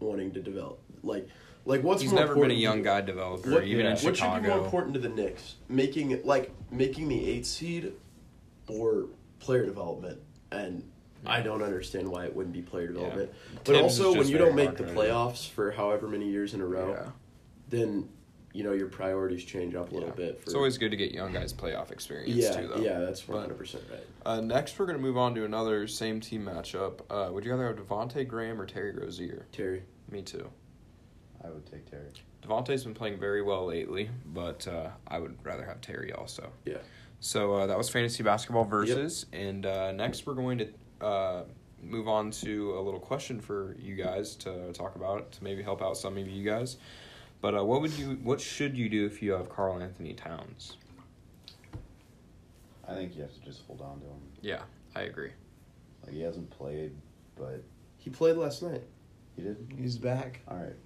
S4: wanting to develop. Like, like what's
S1: he's
S4: more
S1: never been a
S4: important-
S1: young guy developer,
S4: what,
S1: even in
S4: what should be more
S1: Chicago.
S4: important to the Knicks? Making like making the eight seed or player development? And I don't understand why it wouldn't be player development. But
S1: Tibbs is
S4: also when
S1: just
S4: you
S1: very
S4: don't make the
S1: hard-headed.
S4: playoffs for however many years in a row,
S1: Yeah.
S4: then you know your priorities change up a little
S1: Yeah.
S4: bit. For,
S1: It's always good to get young guys playoff experience
S4: yeah,
S1: too, though.
S4: yeah, that's
S1: But-
S4: one hundred percent right.
S1: Uh, next, we're gonna move on to another same team matchup. Uh, would you rather have Devonte Graham or Terry Rozier?
S4: Terry,
S1: Me too.
S3: I would take Terry.
S1: Devontae's been playing very well lately, but uh, I would rather have Terry also.
S4: Yeah.
S1: So uh, that was fantasy basketball versus, and uh, next we're going to uh, move on to a little question for you guys to talk about to maybe help out some of you guys. But uh, what would you? What should you do if you have Carl Anthony Towns?
S3: I think you have to just hold on to him.
S1: Yeah, I agree.
S3: Like he hasn't played, but
S4: he played last night.
S3: he did.
S2: He's back.
S3: All right.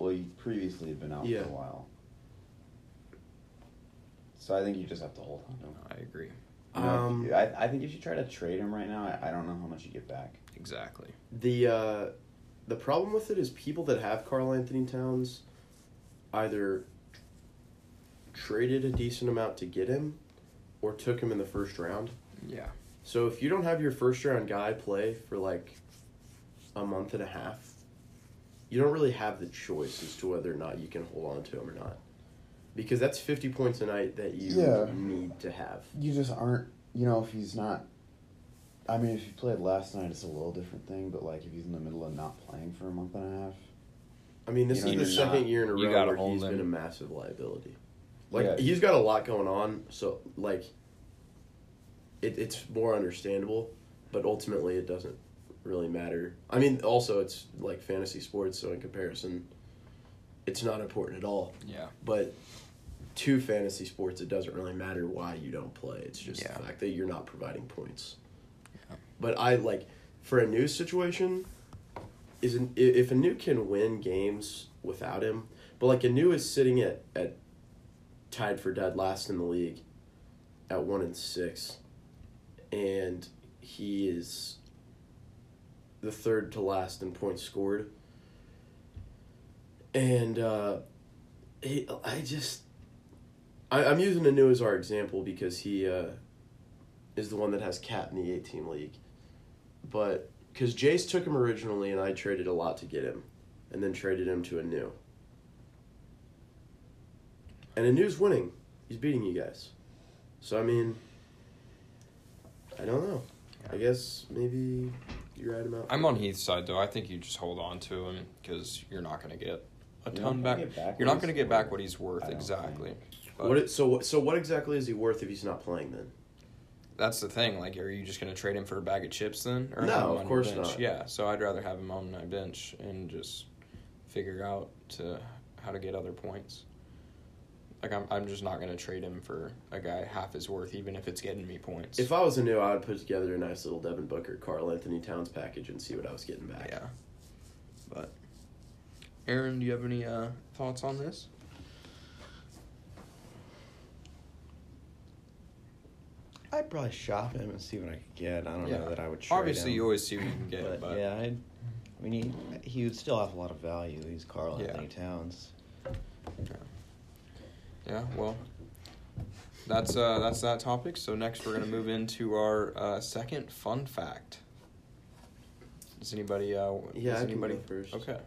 S3: Well, he previously had been out
S4: Yeah.
S3: for a while. So I think you just have to hold on to him.
S1: I agree
S3: You know,
S4: Um,
S3: I, I think you should try to trade him right now. I, I don't know how much you get back.
S1: exactly.
S4: The uh, the problem with it is people that have Carl Anthony Towns either traded a decent amount to get him or took him in the first round.
S1: Yeah,
S4: So if you don't have your first round guy play for like a month and a half, you don't really have the choice as to whether or not you can hold on to him or not. Because that's 50 points a night that you
S3: Yeah.
S4: need to have.
S3: You just aren't. You know, if he's not. I mean, if he played last night, it's a little different thing. But like, if he's in the middle of not playing for a month and a half,
S4: I mean, this
S3: You
S4: is
S3: know,
S4: the
S3: you're not-
S4: second year in a
S1: you
S4: row
S1: gotta
S4: where
S1: hold
S4: he's been
S1: him.
S4: a massive liability. Like
S3: Yeah.
S4: he's got a lot going on, so like it, it's more understandable, but ultimately it doesn't really matter. I mean, also it's like fantasy sports, so in comparison, it's not important at all.
S1: yeah,
S4: But to fantasy sports, it doesn't really matter why you don't play. It's just
S1: Yeah.
S4: the fact that you're not providing points. But I like for a new situation, is an, i- if a new can win games without him, but like a new is sitting at at tied for dead last in the league, at one and six, and he is the third to last in points scored. And uh, he, I just, I, I'm using Anu as our example because he uh, is the one that has Cat in the 18 league. But because Jace took him originally, and I traded a lot to get him, and then traded him to Anu. And Anu's winning. He's beating you guys. So I mean, I don't know. I guess maybe you ride him out.
S1: I'm on Heath's side though. I think you just hold on to him because you're not gonna get a
S3: You're not
S1: ton
S3: gonna
S1: back.
S3: get back
S1: You're
S3: what
S1: not gonna
S3: he's
S1: get back
S3: worth.
S1: what he's worth
S3: I don't
S1: exactly. But
S4: What it, so what so what exactly is he worth if he's not playing then?
S1: that's the thing. Like, are you just gonna trade him for a bag of chips then? Or
S4: No,
S1: have him
S4: of
S1: on your
S4: course
S1: bench?
S4: not.
S1: Yeah, so I'd rather have him on my bench and just figure out to how to get other points. Like I'm, I'm just not gonna trade him for a guy half his worth, even if it's getting me points.
S4: If I was a new, I would put together a nice little Devin Booker, Carl Anthony Towns package and see what I was getting back.
S1: yeah, but Aaron, do you have any uh, thoughts on this?
S2: I'd probably shop him and see what I could get. I don't
S1: Yeah.
S2: know that I would trade
S1: Obviously,
S2: him,
S1: you always see what you can get,
S2: but,
S1: but,
S2: yeah, I'd, I mean, he, he would still have a lot of value. He's Carl
S1: Yeah.
S2: Anthony Towns.
S1: Yeah, well, that's uh, that's that topic. So next, we're gonna move into our uh, second fun fact. Does anybody? Uh,
S4: Yeah,
S1: does
S4: I can
S1: anybody
S4: go first.
S1: Okay.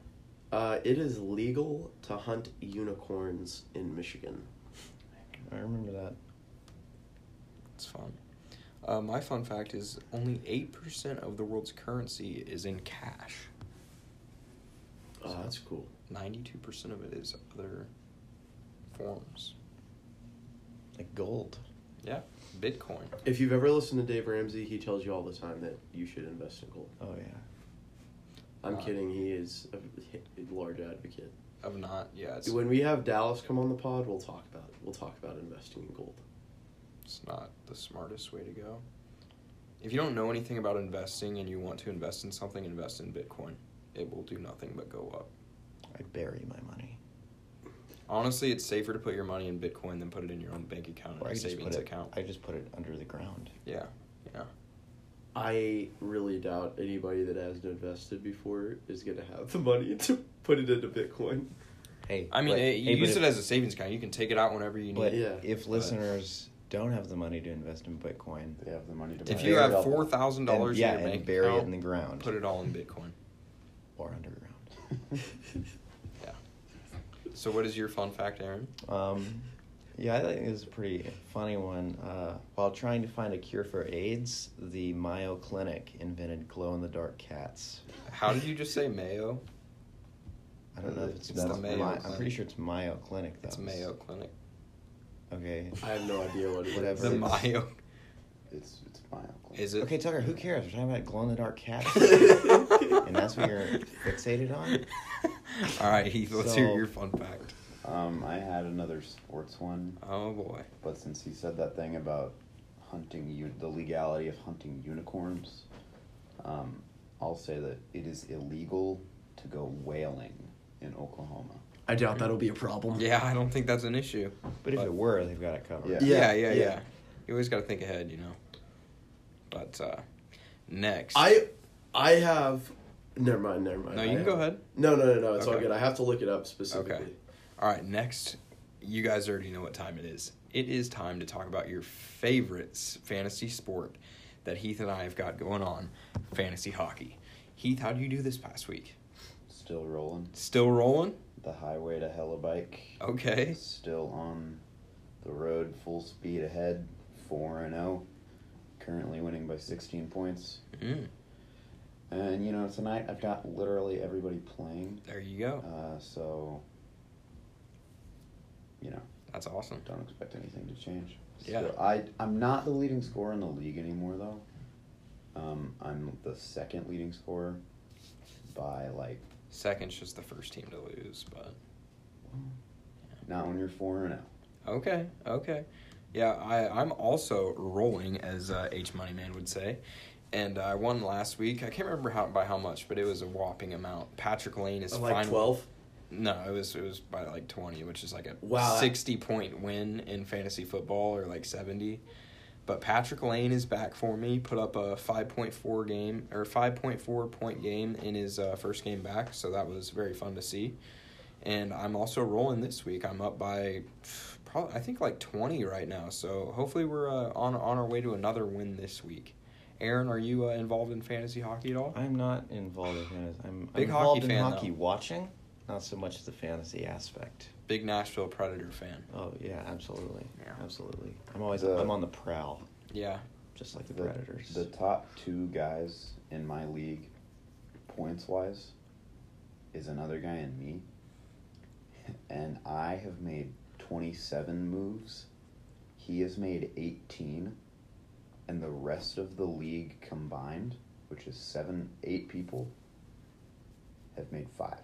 S4: Uh, it is legal to hunt unicorns in Michigan.
S2: I remember that.
S1: It's fun. Uh, my fun fact is only eight percent of the world's currency is in cash.
S4: Oh, that's cool.
S1: Ninety-two percent of it is other forms.
S2: Like gold.
S1: Yeah, Bitcoin.
S4: If you've ever listened to Dave Ramsey, he tells you all the time that you should invest in gold.
S2: Oh yeah.
S4: I'm
S1: Uh,
S4: kidding. He is a, a large advocate.
S1: Of not, yeah, it's,
S4: When we have Dallas come on the pod, we'll talk about it. We'll talk about investing in gold.
S1: it's not the smartest way to go. If you don't know anything about investing and you want to invest in something, invest in Bitcoin. It will do nothing but go up.
S2: I'd bury my money.
S1: Honestly, it's safer to put your money in Bitcoin than put it Oh, in your own bank account
S2: Or
S1: or
S2: I
S1: a
S2: just put
S1: savings
S2: it.
S1: account.
S2: I just put it under the ground.
S1: Yeah, yeah.
S4: I really doubt anybody that hasn't invested before is gonna have the money to put it into Bitcoin.
S2: Hey.
S1: I mean,
S2: but-
S1: eh, you
S2: hey, but
S1: use
S2: if-
S1: it as a savings account. You can take it out whenever you
S2: But
S1: need. it.
S4: Yeah.
S2: if
S1: But-
S2: listeners don't have the money to invest in Bitcoin,
S3: They have the money to.
S1: If
S3: buy
S1: you
S3: it.
S1: have four thousand
S2: and,
S1: dollars
S2: yeah,
S1: in your
S2: and
S1: bank
S2: bury
S1: account,
S2: it in the ground
S1: put it all in Bitcoin.
S2: or underground.
S1: Yeah. So what is your fun fact, Aaron?
S2: Um, yeah, I think this is a pretty funny one. Uh, while trying to find a cure for AIDS, the Mayo Clinic invented glow in the dark cats.
S1: How did you just say Mayo?
S2: I don't know if it's,
S1: It's the
S2: that's
S1: Mayo
S2: Mi- I'm
S1: Clinic.
S2: pretty sure it's Mayo Clinic. Though.
S1: That's Mayo Clinic.
S2: Okay.
S4: I have no idea what it is.
S2: Whatever.
S1: The Mayo.
S3: It's it's my uncle.
S1: Is it?
S2: Okay, Tucker. Who cares? We're talking about glow in the dark cats, and that's what you're fixated on.
S1: All right, Heath. Let's hear
S2: So-
S1: your fun fact.
S3: Um, I had another sports one,
S1: Oh boy.
S3: but since he said that thing about hunting u- the legality of hunting unicorns, um, I'll say that it is illegal to go whaling in Oklahoma.
S4: I doubt that'll be a problem.
S1: Yeah, I don't think that's an issue.
S2: But if it were, they've got it covered.
S3: Yeah.
S1: Yeah, yeah, yeah.
S4: Yeah, yeah.
S1: You always got to think ahead, you know. But uh next,
S4: I I have. Never mind. Never mind.
S1: no,
S4: I
S1: you can
S4: have-
S1: go ahead.
S4: No, no, no, no. It's all
S1: Okay.
S4: good. I have to look it up specifically.
S1: Okay. All right, next, you guys already know what time it is. It is time to talk about your favorite s- fantasy sport that Heath and I have got going on, fantasy hockey. Heath, how do you do this past week?
S3: Still rolling
S1: Still rolling?
S3: the highway to hella bike.
S1: Okay.
S3: Still on the road, full speed ahead, four and zero. Currently winning by sixteen points.
S1: Mm,
S3: And you know tonight I've got literally everybody playing.
S1: there you go.
S3: Uh, so, you know,
S1: That's awesome.
S3: don't expect anything to change.
S1: Yeah.
S3: So I, I'm not the leading scorer in the league anymore, though. Um, I'm the second leading scorer by, like,
S1: Second's just the first team to lose, but
S3: not when you're 4 and 0.
S1: okay, okay. Yeah, I, I'm also rolling, as uh, H Money Man would say. And I won last week. I can't remember how by how much, but it was a whopping amount. Patrick Lane is
S4: I'm like
S1: finally-
S4: twelve.
S1: No, it was it was by like twenty, which is like a
S4: Wow.
S1: sixty point win in fantasy football or like seventy. But Patrick Lane is back for me. Put up a five point four game or five point four point game in his uh, first game back, so that was very fun to see. And I'm also rolling this week. I'm up by probably I think like twenty right now. So hopefully we're uh, on on our way to another win this week. Aaron, are you uh, involved in fantasy hockey at all?
S2: I'm not involved in fantasy. I'm, I'm
S1: Big hockey
S2: involved in
S1: fan,
S2: hockey
S1: though.
S2: watching, not so much the fantasy aspect.
S1: Big Nashville Predator fan.
S2: Oh yeah, absolutely,
S1: Yeah.
S2: absolutely. I'm always
S3: The-
S2: I'm on the prowl,
S1: Yeah.
S2: just like the,
S3: The,
S2: Predators.
S3: the top two guys in my league, points wise, is another guy and me. And I have made 27 moves. He has made 18. And the rest of the league combined, which is seven, eight people, have made five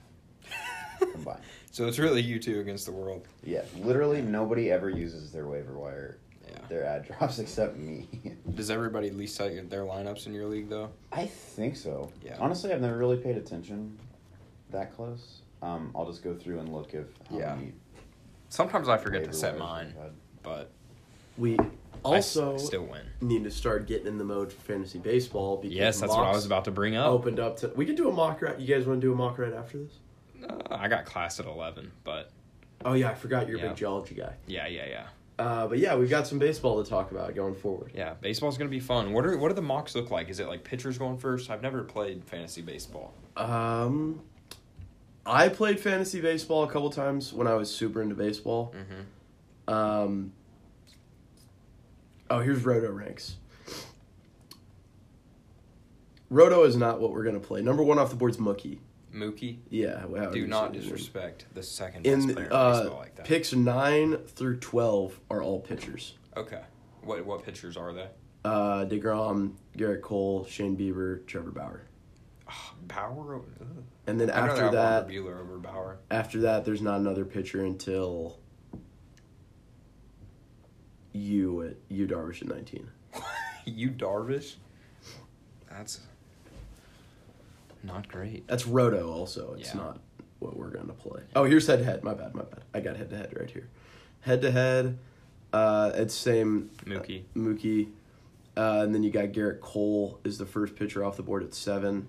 S3: combined.
S1: So it's really you two against the world.
S3: Yeah, literally nobody ever uses their waiver wire,
S1: Yeah.
S3: their ad drops, except me.
S1: Does everybody at least set your- their lineups in your league though?
S3: I think so.
S1: Yeah.
S3: Honestly, I've never really paid attention that close. Um, I'll just go through and look if how
S1: Yeah.
S3: many
S1: Sometimes I
S3: waiver wires I've had.
S1: but
S4: We also
S1: win.
S4: need to start getting in the mode for fantasy baseball because
S1: Yes, that's what I
S4: mocks
S1: was about to bring up.
S4: Opened up to. We could do a mock right. You guys want to do a mock right after this?
S1: Uh, I got class at eleven, but
S4: Oh yeah, I forgot you're a
S1: Yeah.
S4: big geology guy.
S1: yeah, yeah, yeah,
S4: Uh, but yeah, we've got some baseball to talk about going forward.
S1: yeah. Baseball's gonna be fun. What are what do the mocks look like? Is it like pitchers going first? I've never played fantasy baseball.
S4: Um, I played fantasy baseball a couple times when I was super into baseball.
S1: Mm-hmm.
S4: Um, oh, here's Roto ranks. Roto is not what we're gonna play. Number one off the board's Mookie.
S1: Mookie,
S4: Yeah, wow,
S1: do
S4: you
S1: not
S4: said his name.
S1: disrespect the second best
S4: In
S1: player in
S4: uh,
S1: baseball like that.
S4: picks nine through twelve are all pitchers.
S1: okay, what what pitchers are they?
S4: Uh, Degrom, Garrett Cole, Shane Bieber, Trevor Bauer,
S1: Ugh, Bauer. Ugh.
S4: and then
S1: I'd rather
S4: after
S1: have
S4: that,
S1: Walker Bueller over Bauer.
S4: after that, there's not another pitcher until you at you Darvish at nineteen.
S1: you Darvish? That's not great.
S4: That's Roto also. It's
S1: Yeah.
S4: not what we're going to play. Oh, here's head to head. My bad, my bad. I got head to head right here. Head to head. Uh, it's same
S1: Mookie.
S4: Mookie. Uh, and then you got Garrett Cole is the first pitcher off the board at seven.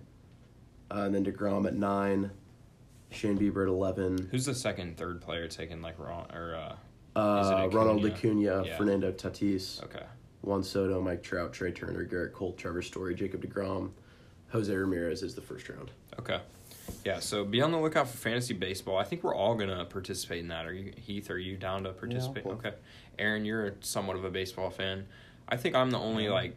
S4: Uh, and then DeGrom at nine. Shane Bieber at 11.
S1: Who's the second, third player taking like Ron or uh Is it
S4: Uh,
S1: Acuna?
S4: Ronald Acuna,
S1: Yeah.
S4: Fernando Tatis,
S1: okay.
S4: Juan Soto, Mike Trout, Trey Turner, Garrett Cole, Trevor Story, Jacob DeGrom. Jose Ramirez is the first round.
S1: Okay. Yeah, so be on the lookout for fantasy baseball. I think we're all gonna participate in that. Are you Heath? Are you down to participate?
S3: Yeah.
S1: okay, Aaron, you're somewhat of a baseball fan. I think I'm the only like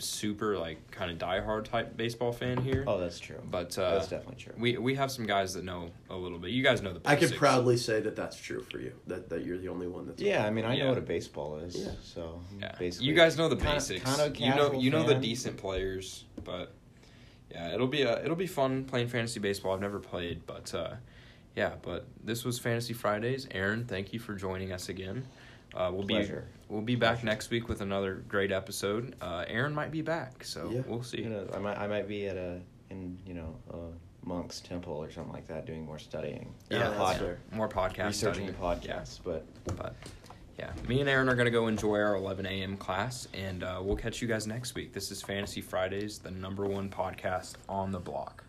S1: super like kind of diehard type baseball fan here.
S2: Oh, that's true.
S1: But uh,
S2: that's definitely true.
S1: We we have some guys that know a little bit. You guys know the.
S4: I could
S1: basics.
S4: proudly say that that's true for you. That that you're the only one that's.
S2: yeah, I mean, I
S1: Yeah.
S2: know what a baseball is.
S4: Yeah.
S2: So
S1: Yeah.
S2: basically,
S1: you guys know the
S2: kinda-
S1: basics.
S2: kinda
S1: you know
S2: casual
S1: you know the
S2: fan.
S1: decent players, but yeah, it'll be a, it'll be fun playing fantasy baseball. I've never played, but uh, yeah, but this was Fantasy Fridays. Aaron, thank you for joining us again. Uh, we'll
S2: Pleasure.
S1: be we'll be back next week with another great episode. Uh, Aaron might be back, so
S4: Yeah.
S1: we'll see.
S2: You know, I might, I might be at a in you know a monk's temple or something like that, doing more studying,
S4: Yeah,
S2: More
S4: that's
S2: pod-
S4: fair.
S1: More podcast
S2: researching
S1: study.
S2: podcasts. But
S1: Yeah, but yeah, me and Aaron are gonna go enjoy our 11 a.m. class, and uh, we'll catch you guys next week. This is Fantasy Fridays, the number one podcast on the block.